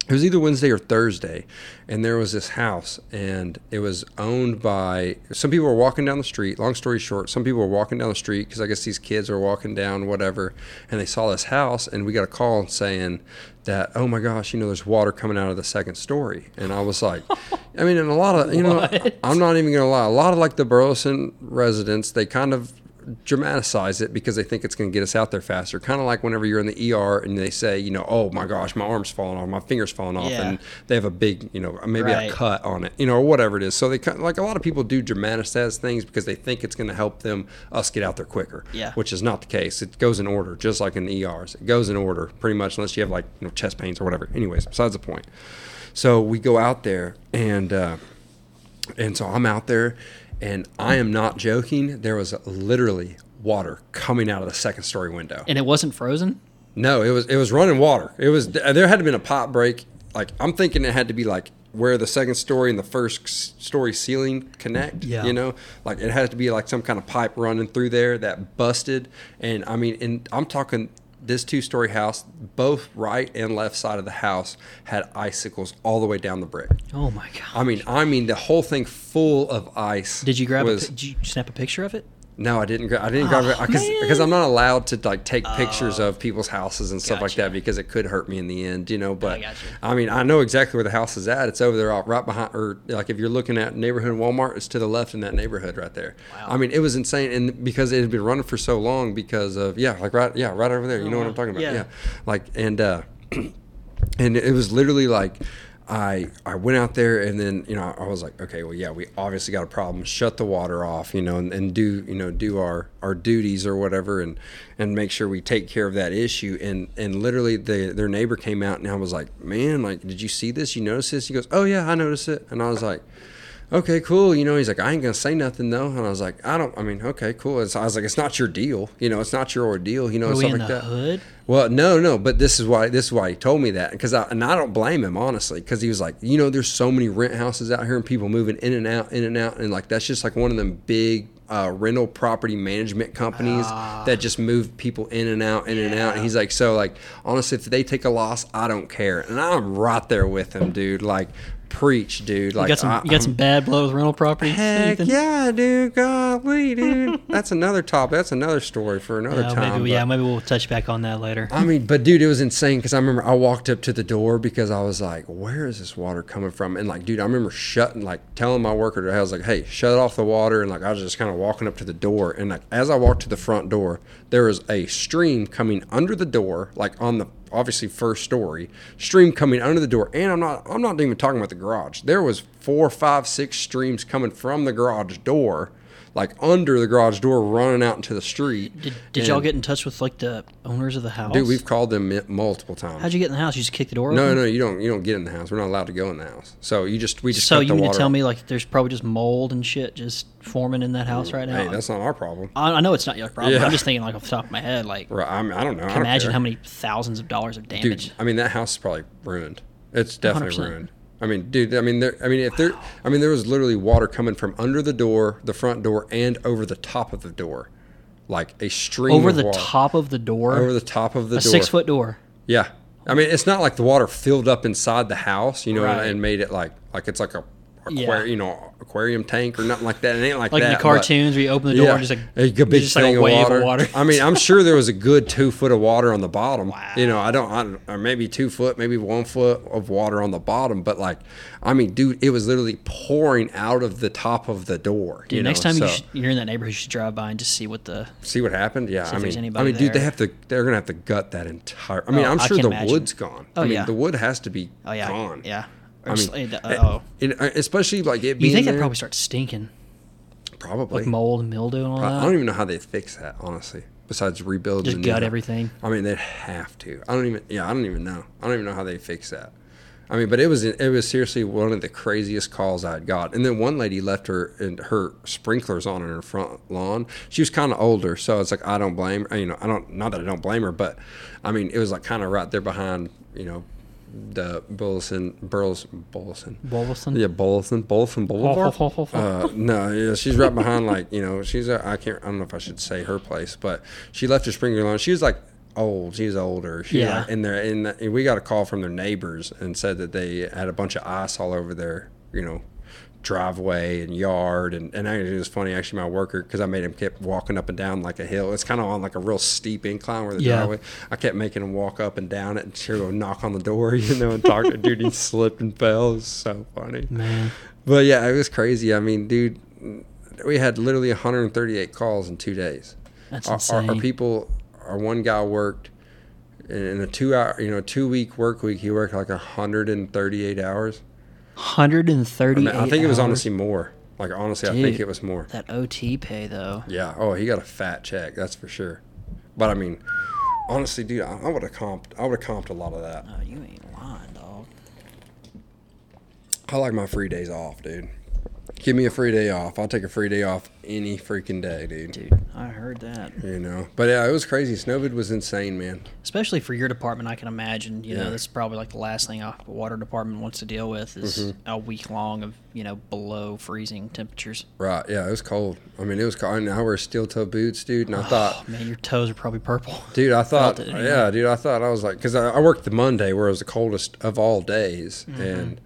it was either Wednesday or Thursday, and there was this house, and it was owned by some people were walking down the street. Long story short, some people were walking down the street because I guess these kids were walking down, whatever, and they saw this house, and we got a call saying that, oh my gosh, you know, there's water coming out of the second story, and I was like, I mean, and a lot of you know, What? I'm not even gonna lie, a lot of like the Burleson residents, they kind of dramatize it because they think it's going to get us out there faster. Kind of like whenever you're in the ER and they say, you know, oh my gosh, my arm's falling off, my finger's falling off, Yeah. and they have a big, you know, maybe Right. a cut on it, you know, or whatever it is. So they kind like a lot of people do dramatize things because they think it's going to help them us get out there quicker. Yeah. which is not the case. It goes in order, just like in the ERs. It goes in order pretty much, unless you have like you know chest pains or whatever. Anyways, besides the point. So we go out there and. Uh, and so I'm out there, and I am not joking. There was literally water coming out of the second story window. and it wasn't frozen. No, it was it was running water. It was there had to been a pop break. Like I'm thinking it had to be like where the second story and the first s- story ceiling connect. Yeah. You know, like it has to be like some kind of pipe running through there that busted. And I mean, and I'm talking this two story house, both right and left side of the house had icicles all the way down the brick. Oh my god! I mean, I mean, the whole thing full of ice. Did you grab? was, a, pi- did you snap a picture of it? No, I didn't. Gra- I didn't grab it Oh, because man. Oh. because I'm not allowed to like take pictures of people's houses and stuff like Gotcha. that because it could hurt me in the end, you know. But gotcha. I mean, I know exactly where the house is at. It's over there, all- right behind, or like if you're looking at neighborhood Walmart, it's to the left in that neighborhood right there. Wow. I mean, it was insane, and because it had been running for so long, because of yeah, like right, yeah, right over there. You know what wow. I'm talking about? Yeah. yeah. like and. uh and it was literally like I I went out there and then you know I was like okay well yeah we obviously got a problem shut the water off you know and, and do you know do our our duties or whatever and and make sure we take care of that issue and and literally the, their neighbor came out and I was like man like did you see this you notice this he goes oh yeah I noticed it and I was like okay, cool. You know, he's like, I ain't gonna say nothing though. And I was like, I don't. I mean, okay, cool. And so I was like, it's not your deal. You know, it's not your ordeal. You know, Were and we stuff in like the that. hood? Well, no, no. But this is why this is why he told me that because I and I don't blame him honestly because he was like, you know, there's so many rent houses out here and people moving in and out, in and out, and like that's just like one of them big. Uh, rental property management companies Ah. that just move people in and out, in and out. And he's like, so like, honestly, if they take a loss, I don't care. And I'm right there with him, dude. Like, preach, dude. Like, You got some. I- you got I'm- some bad blood with rental properties. Heck Ethan? yeah, dude. Golly, dude. That's another topic. That's another story for another Uh, time. maybe, but- yeah, maybe we'll touch back on that later. I mean, but dude, it was insane because I remember I walked up to the door because I was like, "Where is this water coming from?" And like, dude, I remember shutting, like, telling my worker, I was like, "Hey, shut off the water." And like, I was just kind of walking up to the door, and like, as I walked to the front door, there was a stream coming under the door, like on the obviously first story, stream coming under the door, and I'm not, I'm not even talking about the garage. There was four, five, six streams coming from the garage door. Like under the garage door, running out into the street. Did, did y'all And- get in touch with like the owners of the house? Dude, we've called them mi- multiple times. How'd you get in the house? You just kicked the door No, open. no, you don't. You don't get in the house. We're not allowed to go in the house. So you just we just So cut you the mean to water tell off. me like there's probably just mold and shit just forming in that house right Hey, now? that's not our problem. I, I know it's not your problem. Yeah. I'm just thinking like off the top of my head, like Right? I, mean, I don't know. I don't imagine care. how many thousands of dollars of Dude, damage. I mean that house is probably ruined. It's definitely 100%. ruined. I mean, dude. I mean, there. I mean, if there. I mean, there was literally water coming from under the door, the front door, and over the top of the door, like a stream over of the water. top of the door, Over the top of the a door. six foot door. Yeah. I mean, it's not like the water filled up inside the house, you know, Right. and, and made it like like it's like a aquarium, you know, aquarium tank or nothing like that. It ain't like, Like that. in the but- cartoons where you open the door and just like a good big just like a thing wave of of water. water. I mean, I'm sure there was a good two foot of water on the bottom. You know, I don't, I don't, or maybe two foot, maybe one foot of water on the bottom. But like, I mean, dude, it was literally pouring out of the top of the door. Dude, you next know, time you so- sh- you're in that neighborhood, you should drive by and just see what the. see what happened. Yeah, I there's mean, I anybody mean, dude, they there. have to, they're gonna have to gut that entire. I mean, Oh, I'm I sure can the imagine. wood's gone. I Oh, mean, yeah. the wood has to be Oh yeah, gone. yeah. Or I just- mean, uh, oh, and, uh, especially like it you being think that there, probably starts stinking, probably. like mold and mildew and all I that. don't even know how they fix that, honestly. Besides rebuilding, Just the new gut house. everything. I mean, they have to. I don't even. Yeah, I don't even know. I don't even know how they fix that. I mean, but it was it was seriously one of the craziest calls I'd got. And then one lady left her and her sprinklers on in her front lawn. She was kind of older, so it's like I don't blame. her. You know, I don't. Not that I don't blame her, but I mean, it was like kind of right there behind. You know, the Bullison, Burles, Bullison, Bulbasaur? yeah, Bolton, Bolton Boulevard. uh, no, yeah, she's right behind. Like you know, she's uh, I can't. I don't know if I should say her place, but she left her sprinkler on. She was like old. She's older. She was, Yeah. like, in there, and, and we got a call from their neighbors and said that they had a bunch of ice all over their you know driveway and yard and and actually it was funny actually my worker because I made him kept walking up and down like a hill. It's kind of on like a real steep incline where the Yeah. driveway. I kept making him walk up and down it and sure go knock on the door, you know, and talk to dude. He slipped and fell. It's so funny. Man, But yeah, it was crazy. I mean, dude, we had literally 138 calls in two days. that's Our, our, insane. our people, our one guy worked in in a two hour, you know, two week work week. He worked like 138 hours. Hundred and I, thirty. mean, I think it was honestly more. Like honestly, I think Dude. it was more. that OT pay though. Yeah. Oh, he got a fat check. That's for sure. But I mean, honestly, dude, I, I would have comped. I would have comped a lot of that. Oh, you ain't lying, dog. I like my free days off, dude. Give me a free day off. I'll take a free day off any freaking day, Dude, I heard that. You know, but yeah, it was crazy. Snowvid was insane, man. Especially for your department, I can imagine. You Yeah. know, this is probably like the last thing our water department wants to deal with is Mm-hmm. a week long of you know below freezing temperatures. Right? Yeah, it was cold. I mean, it was cold. And I wear steel toe boots, dude. And I thought, Oh, Man, your toes are probably purple. dude, I thought, it, yeah, dude, I thought I was like, because I, I worked the Monday where it was the coldest of all days, and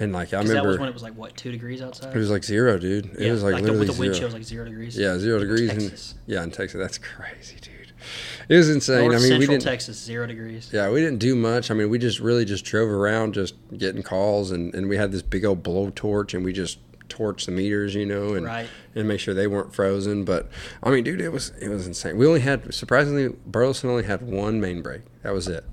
and like I Mm-hmm. 'Cause that remember was when it was like what two degrees outside. it was like zero, dude. It was like, the, literally with the wind zero. chill was like zero degrees. yeah, zero degrees. In, Texas. yeah, in Texas, that's crazy, dude. It was insane. North I mean, we Central didn't. Texas, zero degrees. Yeah, we didn't do much. I mean, we just really just drove around, just getting calls, and, and we had this big old blowtorch, and we just torched the meters, you know, and Right. and make sure they weren't frozen. But I mean, dude, it was it was insane. We only had surprisingly, Burleson only had one main break. That was it.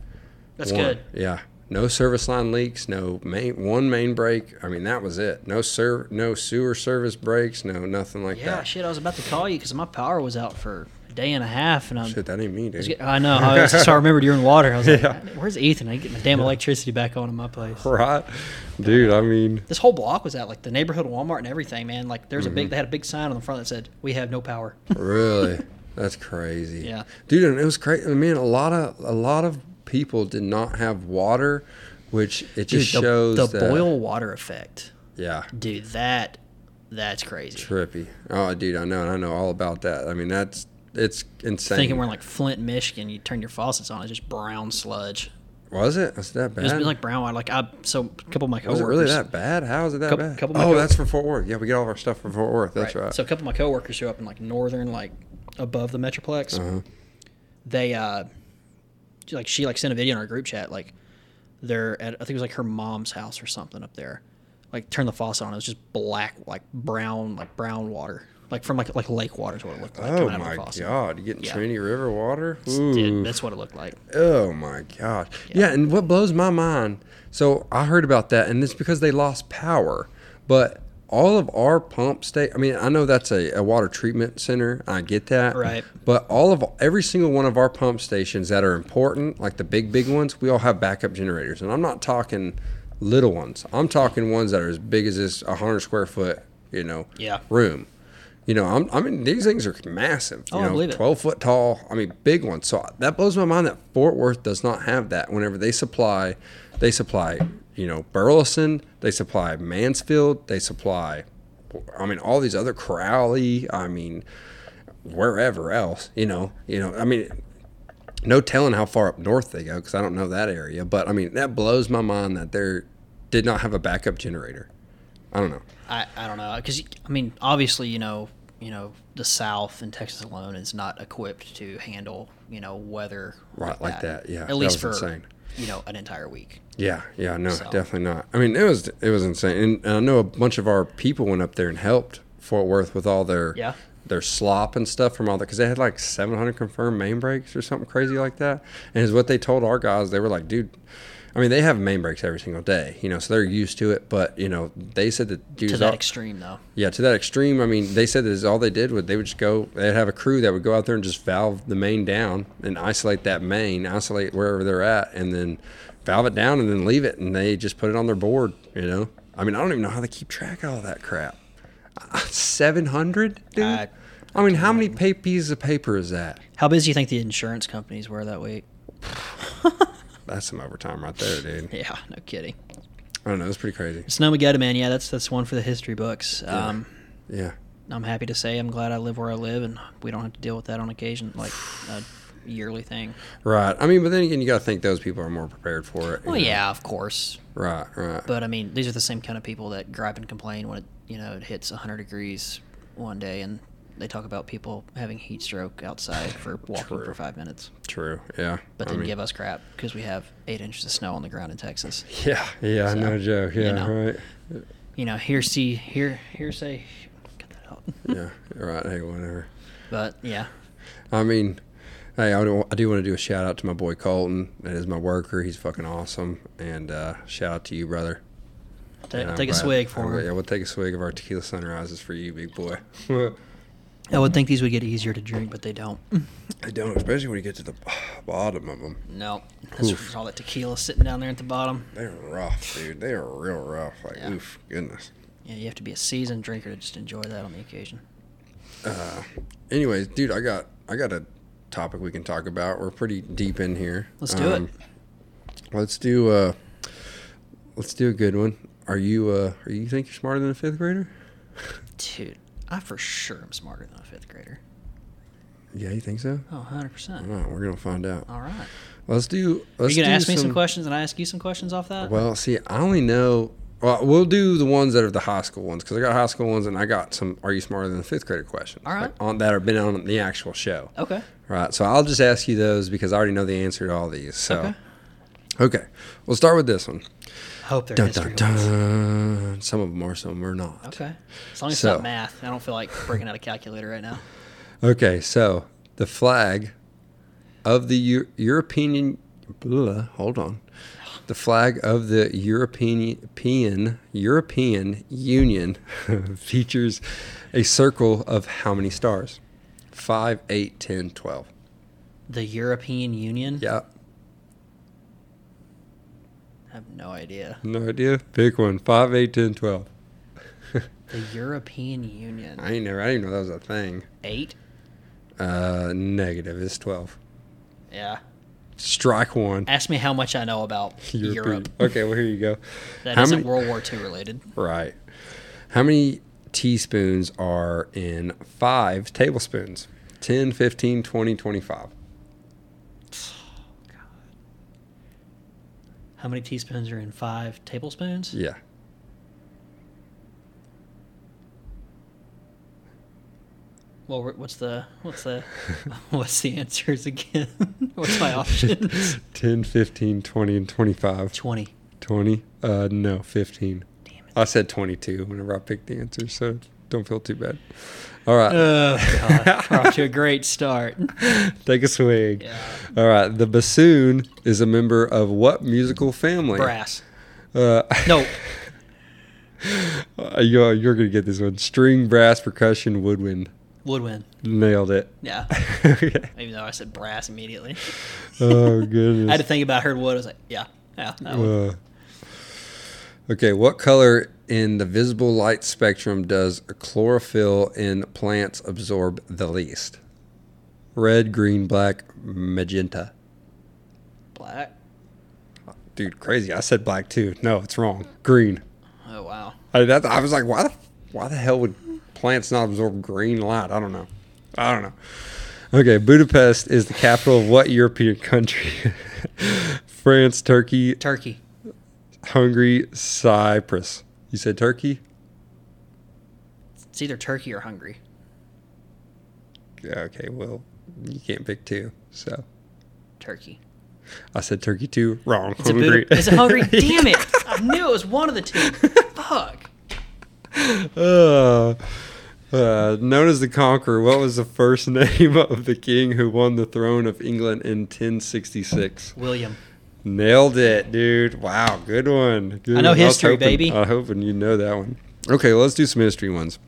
That's One. good. Yeah. No service line leaks, no main one main break. I mean, that was it. No ser- no sewer service breaks, no nothing like Yeah, that. shit. I was about to call you because my power was out for a day and a half, and I'm. Shit, that ain't me, dude. I know. I was, so I remembered you're in water. I was like, "Where's Ethan? I can get my damn electricity back on in my place." Right. Dude, I mean, This whole block was out, like the neighborhood Walmart and everything, man. Like there's Mm-hmm. a big, they had a big sign on the front that said, "We have no power." Really? That's crazy. Yeah. Dude, and it was crazy. I mean, a lot of a lot of people did not have water, which it just the, shows the that- boil water effect, Yeah. dude. That that's crazy. Trippy. Oh, dude, I know, and I know all about that. I mean, that's it's insane. Thinking we're in like Flint, Michigan, you turn your faucets on, it's just brown sludge. was it? Was it that bad? It's been like brown water. Like I, so a couple of my coworkers. was it really that bad? How is it that Couple- bad? couple of my oh, co- that's from Fort Worth. Yeah, we get all of our stuff from Fort Worth. That's right. So a couple of my coworkers who are up in like northern, like above the Metroplex, Uh-huh. they uh, she- like she like sent a video in our group chat. Like they're at I think it was like her mom's house or something up there. Like turned the faucet on, it was just black, like brown, like brown water, like from like like lake water is what it looked like. oh coming out of my the faucet. god, you getting Yeah. Trinity River water? Ooh. Dude, that's what it looked like. Oh my God. Yeah. and what blows my mind, so I heard about that, and it's because they lost power. But all of our pump state I mean, I know that's a, a water treatment center. I get that. Right. But all of every single one of our pump stations that are important, like the big, big ones, we all have backup generators. And I'm not talking little ones. I'm talking ones that are as big as this hundred square foot, you know, Yeah. room. You know, I'm, I mean, these things are massive. You Oh, I know, believe it. 12 foot tall. I mean, big ones. So that blows my mind that Fort Worth does not have that. Whenever they supply, they supply, you know, Burleson, they supply Mansfield, they supply, I mean, all these other Crowley, I mean, wherever else, you know, you know, I mean, no telling how far up north they go because I don't know that area. But I mean, that blows my mind that they did not have a backup generator. I don't know. I, I don't know because I mean obviously you know you know the South and Texas alone is not equipped to handle you know weather Right, like that, yeah, at that least for was insane. you know an entire week Yeah, yeah, no, So. definitely not. I mean, it was it was insane, and, and I know a bunch of our people went up there and helped Fort Worth with all their Yeah. their slop and stuff from all that because they had like 700 confirmed main breaks or something crazy like that. And is what they told our guys. They were like, dude. I mean, they have main breaks every single day, you know, so they're used to it. But you know, they said that dudes to that are- extreme though yeah, to that extreme. I mean, they said that is all they did was they would just go. They'd have a crew that would go out there and just valve the main down and isolate that main, isolate wherever they're at, and then valve it down and then leave it. And they just put it on their board. You know, I mean, I don't even know how they keep track of all that crap. Seven hundred, dude. I- I, mean, how many pa- pieces of paper is that? how busy do you think the insurance companies were that week That's some overtime right there, dude. yeah no kidding I don't know. It's pretty crazy. Snowmageddon man yeah that's that's one for the history books um Yeah. I'm happy to say I'm glad I live where I live and we don't have to deal with that on occasion like a yearly thing Right. I mean, but then again, you got to think those people are more prepared for it. you well know? yeah of course Right. Right. But I mean, these are the same kind of people that gripe and complain when it, you know, it hits 100 degrees one day, and they talk about people having heat stroke outside for walking for True. five minutes, True. Yeah. but I then mean- give us crap because we have eight inches of snow on the ground in Texas. Yeah, yeah, So, no joke. you Yeah, know. right. You know, hearsay, here, hearsay, get that out. Yeah, right. Hey, whatever. But yeah, I mean, hey, I do, I do want to do a shout out to my boy Colton. That is my worker. He's fucking awesome. And uh, shout out to you, brother. ta- And I'm take a glad- swig for I'm- them. Yeah, we'll take a swig of our tequila sunrises for you, big boy. I would think these would get easier to drink, but they don't. I don't, especially when you get to the bottom of them. No, that's Oof. all that tequila sitting down there at the bottom. They're rough, dude. They are real rough. Like, Yeah. oof, goodness. Yeah, you have to be a seasoned drinker to just enjoy that on the occasion. Anyways, dude, I got I got a topic we can talk about. We're pretty deep in here. Let's do Um, it. Let's do uh let's do a good one. Are you uh are you think you're smarter than a fifth grader? Dude, I for sure am smarter than a fifth grader. Yeah, you think so? Oh, 100%. All right, we're gonna find out. All right. Let's do Are let's you going do to ask me some questions and I ask you some questions off that? Well, see, I only know well, we'll do the ones that are the high school ones because I got high school ones and I got some are you smarter than a fifth grader questions. All right. like, on that have been on the actual show. okay. Right. So I'll just ask you those because I already know the answer to all these. So Okay. Okay. We'll start with this one. Hope they're Dun, history dun, ones. dun. Some of them are, some of 'em are not. Okay. As long as So- it's not math. I don't feel like breaking out a calculator right now. Okay, so the flag of the Eu- European blah, hold on. The flag of the European European, European Union features a circle of how many stars? Five, eight, ten, twelve. The European Union? Yeah, I have no idea. no idea. Pick one. Five, eight, ten, twelve. The European Union. I ain't never. I didn't even know that was a thing. Eight? Uh, negative. It's twelve. Yeah. Strike one. Ask me how much I know about Europe. Okay, well here you go. That How not many- World War II related. Right. How many teaspoons are in five tablespoons? 10, 15, 20, 25. How many teaspoons are in five tablespoons? Yeah. Well, wh- what's the what's the what's the answers again? what's my options? 10, 15, 20, and 25. Twenty. 20? Uh, no, 15. Damn it. I said 22 whenever I picked the answer, so don't feel too bad. All right. Oh, God. We're off to a great start. Take a swig. Yeah. All right. The bassoon is a member of what musical family? Brass. Uh, No. you're you're going to get this one. String, brass, percussion, woodwind. Woodwind. Nailed it. Yeah. okay. Even though I said brass immediately. Oh I had to goodness. think about I heard wood. I was like, yeah. Yeah. that one. Uh, okay, what color in the visible light spectrum does chlorophyll in plants absorb the least? Red, green, black, magenta. Black. Dude, crazy. I said black too. No, it's wrong. Green. Oh, wow. I, that, I was like, why the, why the hell would plants not absorb green light? I don't know. I don't know. Okay, Budapest is the capital of what European country? France, Turkey, Turkey. Hungary, Cyprus. You said Turkey? It's either turkey or hungry. Yeah, okay, well, you can't pick two. So Turkey. I said turkey two, wrong. It's a bit. It's a hungry. Damn it! I knew it was one of the two. Fuck. uh, uh, known as the Conqueror, what was the first name of the king who won the throne of England in 1066? William. Nailed it, dude. Wow, good one. Good I know one. was history, hoping- baby. I was hoping you know that one. Okay, let's do some history ones.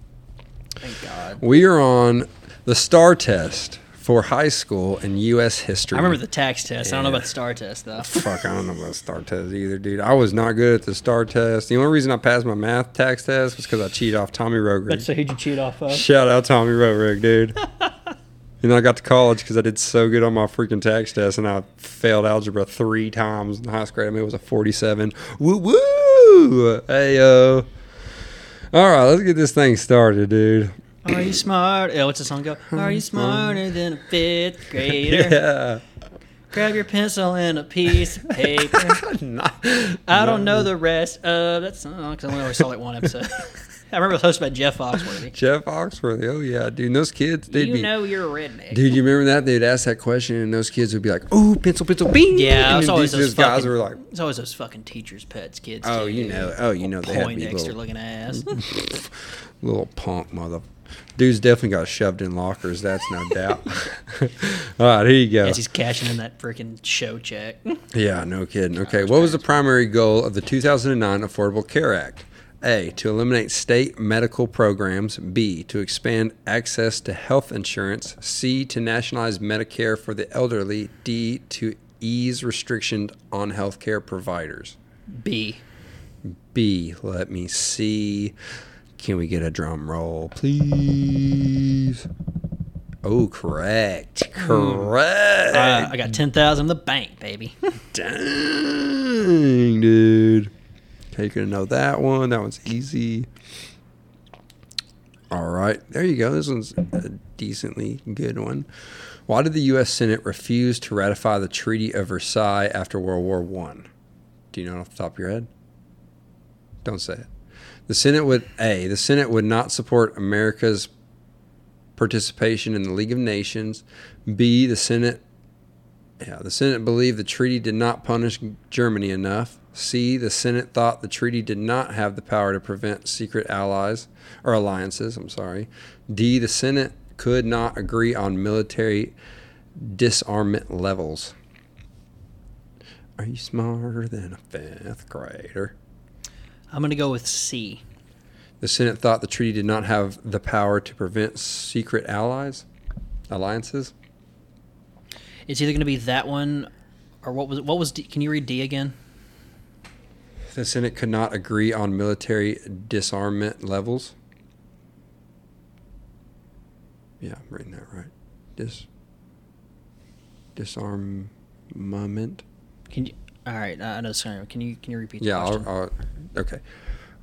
Thank God. We are on the star test for high school in U.S. history. I remember the tax test. I don't know Yeah. about the star test though. Fuck, I don't know about the star test either, dude. I was not good at the star test. The only reason I passed my math tax test was because I cheated off Tommy Roger. so who'd you cheat off of? Shout out Tommy Roerig, dude. you know, I got to college because I did so good on my freaking tax test, and I failed algebra three times in the highest grade. I mean, it was a 47. Woo woo! Hey yo. All right, let's get this thing started, dude. Are you smart? Oh, what's the song go? Are you smarter than a fifth grader? Yeah. Grab your pencil and a piece of paper. I don't know the rest of that song because I only ever saw like one episode. I remember it was hosted by Jeff Foxworthy. Jeff Oxworthy. Oh yeah, dude. And those kids, they'd you be. know you're a redneck. Dude, you remember that? They'd ask that question, and those kids would be like, "Ooh, pencil, pencil, bing." yeah, and it's then always these those guys fucking- were like, it's always those fucking teachers' pets, kids. "Oh, too. you know, oh, you know, they had to be Poindexter little- looking ass. Little punk mother. Dude's definitely got shoved in lockers. That's no doubt. All right, here you go. As he's cashing in that freaking show check. yeah, no kidding. Okay, what was the primary goal of the 2009 Affordable Care Act? A. To eliminate state medical programs. B. To expand access to health insurance. C. To nationalize Medicare for the elderly. D. To ease restrictions on healthcare providers. B. B. Let me see. Can we get a drum roll, please? Oh, correct. Correct. Uh, I got ten thousand in the bank, baby. Dang, dude. Okay, you gonna know that one. That one's easy. All right, there you go. This one's a decently good one. Why did the U.S. Senate refuse to ratify the Treaty of Versailles after World War One? Do you know off the top of your head? Don't say it. The Senate would a. The Senate would not support America's participation in the League of Nations. B. The Senate yeah, the Senate believed the treaty did not punish Germany enough. C, the Senate thought the treaty did not have the power to prevent secret allies or alliances, I'm sorry. D, the Senate could not agree on military disarmament levels. Are you smarter than a fifth grader? I'm gonna go with C. The Senate thought the treaty did not have the power to prevent secret allies, alliances. It's either gonna be that one, or what was what was? D? Can you read D again? The Senate could not agree on military disarmament levels. Yeah, I'm reading that right. Dis disarmament. Can you? All right, I know. Sorry, can you can you repeat? Yeah, the I'll, question? I'll, okay.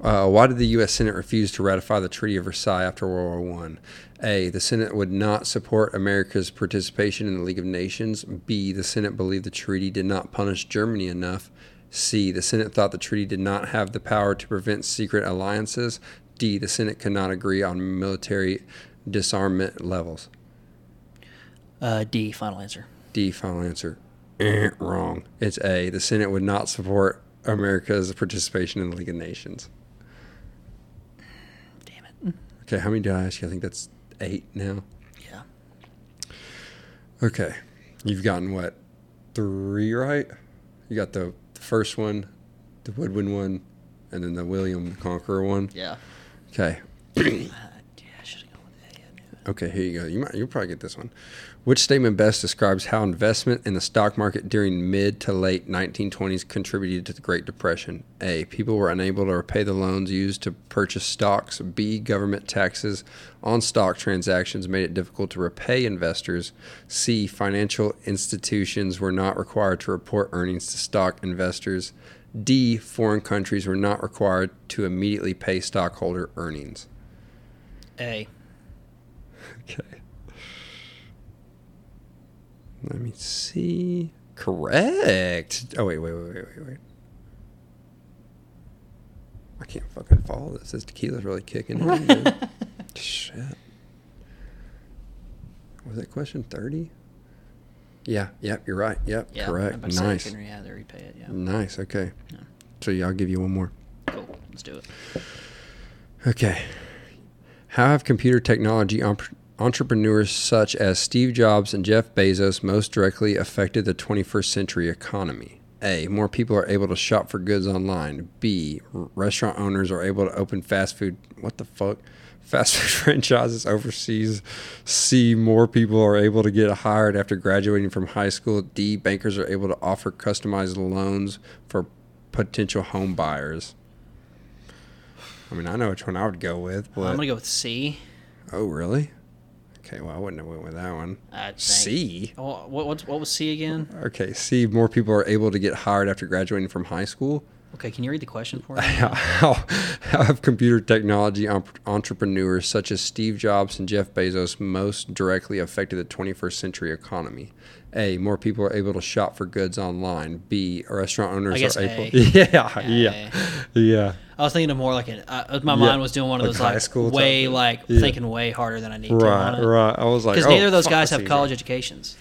Uh, why did the U.S. Senate refuse to ratify the Treaty of Versailles after World War One? A. The Senate would not support America's participation in the League of Nations. B. The Senate believed the treaty did not punish Germany enough. C. The Senate thought the treaty did not have the power to prevent secret alliances. D. The Senate could not agree on military disarmament levels. Uh, D. Final answer. D. Final answer. Eh, wrong. It's A. The Senate would not support America's participation in the League of Nations. Damn it. Okay, how many did I ask you? I think that's eight now. Yeah. Okay, you've gotten what three right? You got the, the first one, the Woodwind one, and then the William the Conqueror one. Yeah. Okay, Uh, yeah, I should have gone with A. I knew it. okay, here you go. You might you'll probably get this one. Which statement best describes how investment in the stock market during mid to late 1920s contributed to the Great Depression? A. People were unable to repay the loans used to purchase stocks. B. Government taxes on stock transactions made it difficult to repay investors. C. Financial institutions were not required to report earnings to stock investors. D. Foreign countries were not required to immediately pay stockholder earnings. A. Okay. Let me see. Correct. Oh wait, wait, wait, wait, wait, wait. I can't fucking follow this. This tequila's really kicking in. dude. Shit. Was that question 30? Yeah, yep, you're right. Yep, Yeah, correct. I'm about to say I Nice. Mm. couldn't re- yeah, they repay it. Yeah, Nice, okay. Yeah. So yeah, I'll give you one more. cool. Let's do it. Okay. How have computer technology omp- entrepreneurs such as Steve Jobs and Jeff Bezos most directly affected the 21st century economy? A. More people are able to shop for goods online. B. r- Restaurant owners are able to open fast food. What the fuck? Fast food franchises overseas. C. More people are able to get hired after graduating from high school. D. Bankers are able to offer customized loans for potential home buyers. I mean, I know which one I would go with, but I'm gonna go with C. oh, really? Okay, well, I wouldn't have went with that one. I think. C. Uh, Oh, what, what what was C again? Okay, C. More people are able to get hired after graduating from high school. Okay, can you read the question for me? How, how have computer technology omp- entrepreneurs such as Steve Jobs and Jeff Bezos most directly affected the 21st century economy? A. More people are able to shop for goods online. B. Restaurant owners I guess are able. A. Yeah, yeah, yeah. I was thinking of more like an. Uh, my mind was doing one of Like those high like school type way thing. like Yeah. thinking way harder than I need to. Right, right. I was like, Because oh, neither of those fuck, guys I have see. college educations.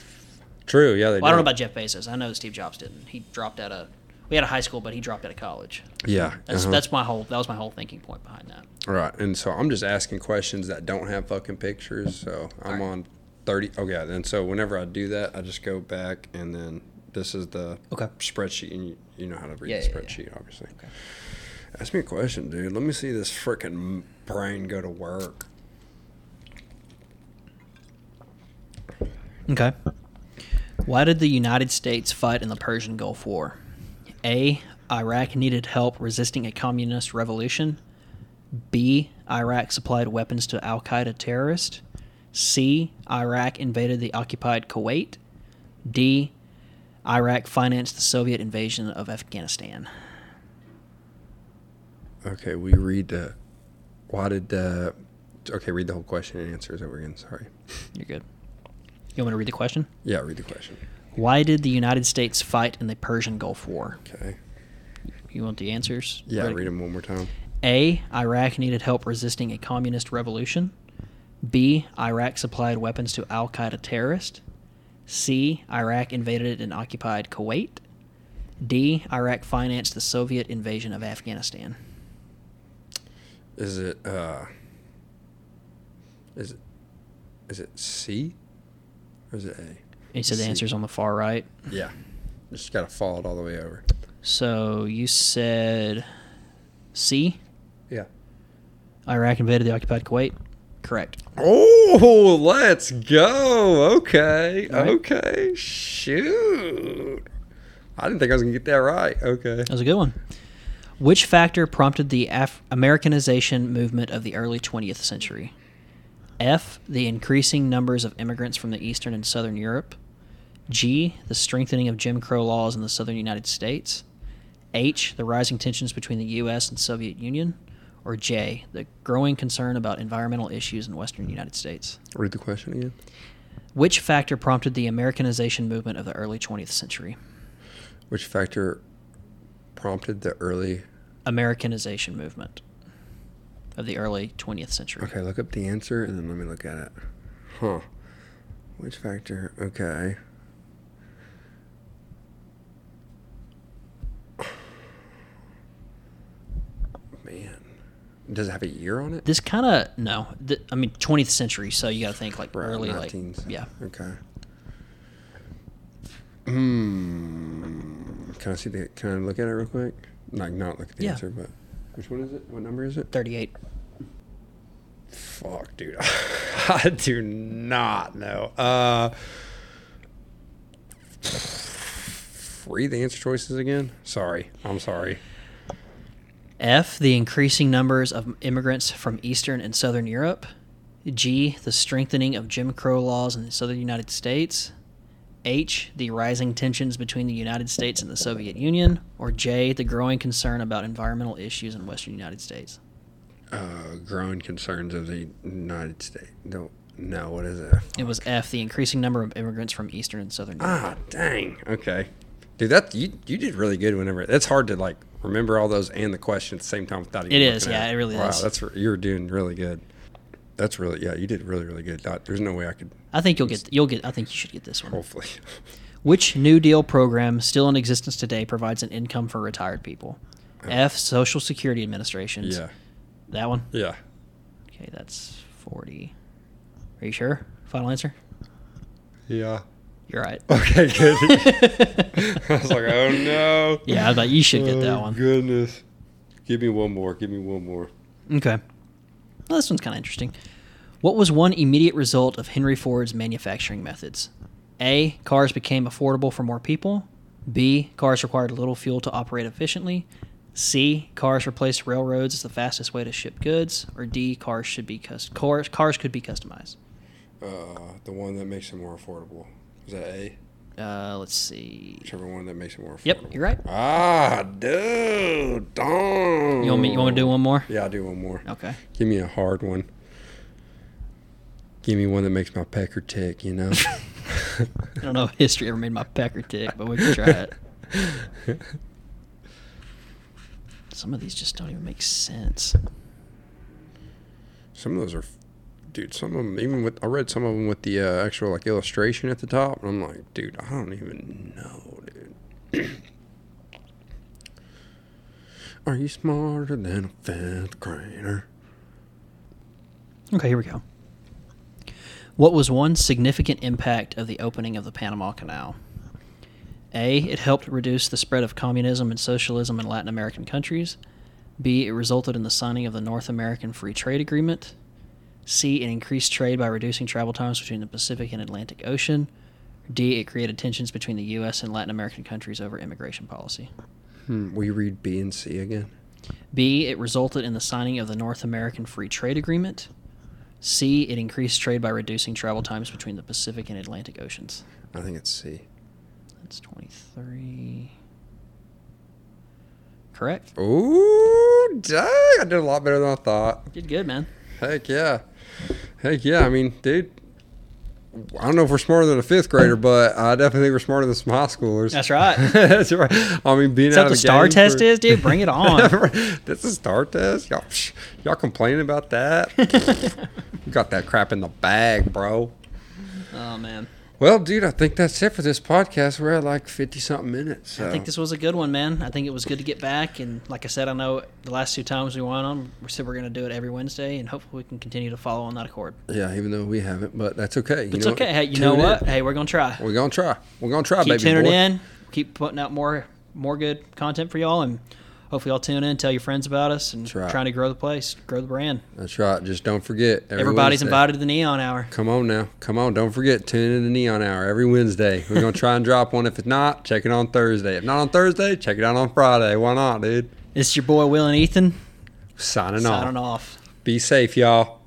True. Yeah, they Well, I don't know do. about Jeff Bezos. I know Steve Jobs didn't. He dropped out of. We had a high school, but he dropped out of college. Yeah, That's uh-huh. that's my whole. That was my whole thinking point behind that. Right. And so I'm just asking questions that don't have fucking pictures. So I'm on 30. Okay. And so whenever I do that, I just go back and then this is the Okay. spreadsheet. And you, you know how to read Yeah, the yeah, yeah. spreadsheet, obviously. Ask me a question, dude. Let me see this freaking brain go to work. Okay. Why did the United States fight in the Persian Gulf War? A. Iraq needed help resisting a communist revolution. B. Iraq supplied weapons to Al Qaeda terrorists. C. Iraq invaded the occupied Kuwait. D. Iraq financed the Soviet invasion of Afghanistan. Okay. We read the. Why did the. Okay. Read the whole question and answers over again. Sorry. You're good. You want me to read the question? Yeah. Read the question. Why did the United States fight in the Persian Gulf War? Okay. You want the answers? Yeah. Ready? Read them one more time. A. Iraq needed help resisting a communist revolution. B. Iraq supplied weapons to Al Qaeda terrorists. C. Iraq invaded and occupied Kuwait. D. Iraq financed the Soviet invasion of Afghanistan. Is it uh is it is it C or is it A? And you said the C. answer's on the far right. Yeah. Just gotta follow it all the way over. So you said C. Yeah. Iraq invaded the occupied Kuwait. Correct. Oh, let's go. Okay. All right. Okay. Shoot. I didn't think I was gonna get that right. Okay. That was a good one. Which factor prompted the Af- Americanization movement of the early 20th century? F. The increasing numbers of immigrants from the Eastern and Southern Europe. G. The strengthening of Jim Crow laws in the Southern United States. H. The rising tensions between the U.S. and Soviet Union. Or J. The growing concern about environmental issues in Western United States. Read the question again. Which factor prompted the Americanization movement of the early 20th century? Which factor prompted the early Americanization movement of the early 20th century. Okay, look up the answer and then let me look at it. Huh. Which factor? Okay. Man. Does it have a year on it? This kind of no, th- I mean 20th century, so you got to think like early like yeah. Okay. Hmm. Can I see the can I look at it real quick? Like not look at the Yeah. answer, but which one is it? What number is it? 38. Fuck, dude. I do not know. Uh, read the answer choices again. Sorry. I'm sorry. F, the increasing numbers of immigrants from Eastern and Southern Europe. G, the strengthening of Jim Crow laws in the Southern United States. H, the rising tensions between the United States and the Soviet Union. Or J, the growing concern about environmental issues in Western United States. Uh, growing concerns of the United States. No, no. What is it? It was F, the increasing number of immigrants from Eastern and Southern Europe. Ah, dang. Okay, dude. That you you did really good. Whenever that's hard to like remember all those and the question at the same time without even. It looking is, at yeah, it really wow, is. that's you're doing really good. That's really yeah. You did really really good. Not- There's no way I could. I think you'll get you'll get I think you should get this one. Hopefully, Which New Deal program still in existence today provides an income for retired people? F Social Security Administrations. yeah, That one? yeah. Okay, that's 40. Are you sure? Final answer? Yeah. You're right. Okay, good. I was like, oh no. Yeah, I thought you should get that Oh, one. Goodness. Give me one more. Give me one more. Okay. Well, this one's kind of interesting. What was one immediate result of Henry Ford's manufacturing methods? A. Cars became affordable for more people. B. Cars required little fuel to operate efficiently. C. Cars replaced railroads as the fastest way to ship goods. Or D. Cars should be cus- cars cars could be customized. Uh, the one that makes it more affordable. Is that A? Uh, let's see. Whichever one that makes it more affordable. Yep, you're right. Ah, dude. Darn. You want me? You want to do one more? Yeah, I'll do one more. Okay. Give me a hard one. Give me one that makes my pecker tick, you know? I don't know if history ever made my pecker tick, but we can try it. Some of these just don't even make sense. some of those are, f- dude, some of them, even with, I read some of them with the uh, actual like illustration at the top, and I'm like, dude, I don't even know, dude. are you smarter than a fifth grader? Okay, here we go. What was one significant impact of the opening of the Panama Canal? A. It helped reduce the spread of communism and socialism in Latin American countries. B. It resulted in the signing of the North American Free Trade Agreement. C. It increased trade by reducing travel times between the Pacific and Atlantic Ocean. D. It created tensions between the U.S. and Latin American countries over immigration policy. Hmm, will you read B and C again? B. It resulted in the signing of the North American Free Trade Agreement. C. It increased trade by reducing travel times between the Pacific and Atlantic Oceans. I think it's C. That's 23. Correct. Ooh, dang, I did a lot better than I thought. Did good, man. Heck yeah. Heck yeah. I mean, dude, I don't know if we're smarter than a fifth grader, but I definitely think we're smarter than some high schoolers. That's right. That's right. I mean, being Is out of that the the star game test for- is, dude? Bring it on. That's a star test. Y'all, psh, y'all complaining about that? you got that crap in the bag, bro. oh, man. Well, dude, I think that's it for this podcast. We're at like fifty something minutes. So. I think this was a good one, man. I think it was good to get back. And like I said, I know the last two times we went on, we said we're going to do it every Wednesday, and hopefully we can continue to follow on that accord. yeah, even though we haven't, but that's okay. It's know what? okay. Hey, you know Tune in. what? Hey, we're going to try. We're gonna try. We're gonna try, keep baby tuning boy. in. Keep putting out more more good content for y'all, and hopefully y'all tune in, tell your friends about us, and That's right. trying to grow the place, grow the brand. That's right. Just don't forget. every Everybody's Wednesday. invited to the Neon Hour. Come on now. Come on. Don't forget, tune in to Neon Hour every Wednesday. We're going to try and drop one. If it's not, check it on Thursday. If not on Thursday, check it out on Friday. Why not, dude? It's your boy Will and Ethan Signing off. signing off. Be safe, y'all.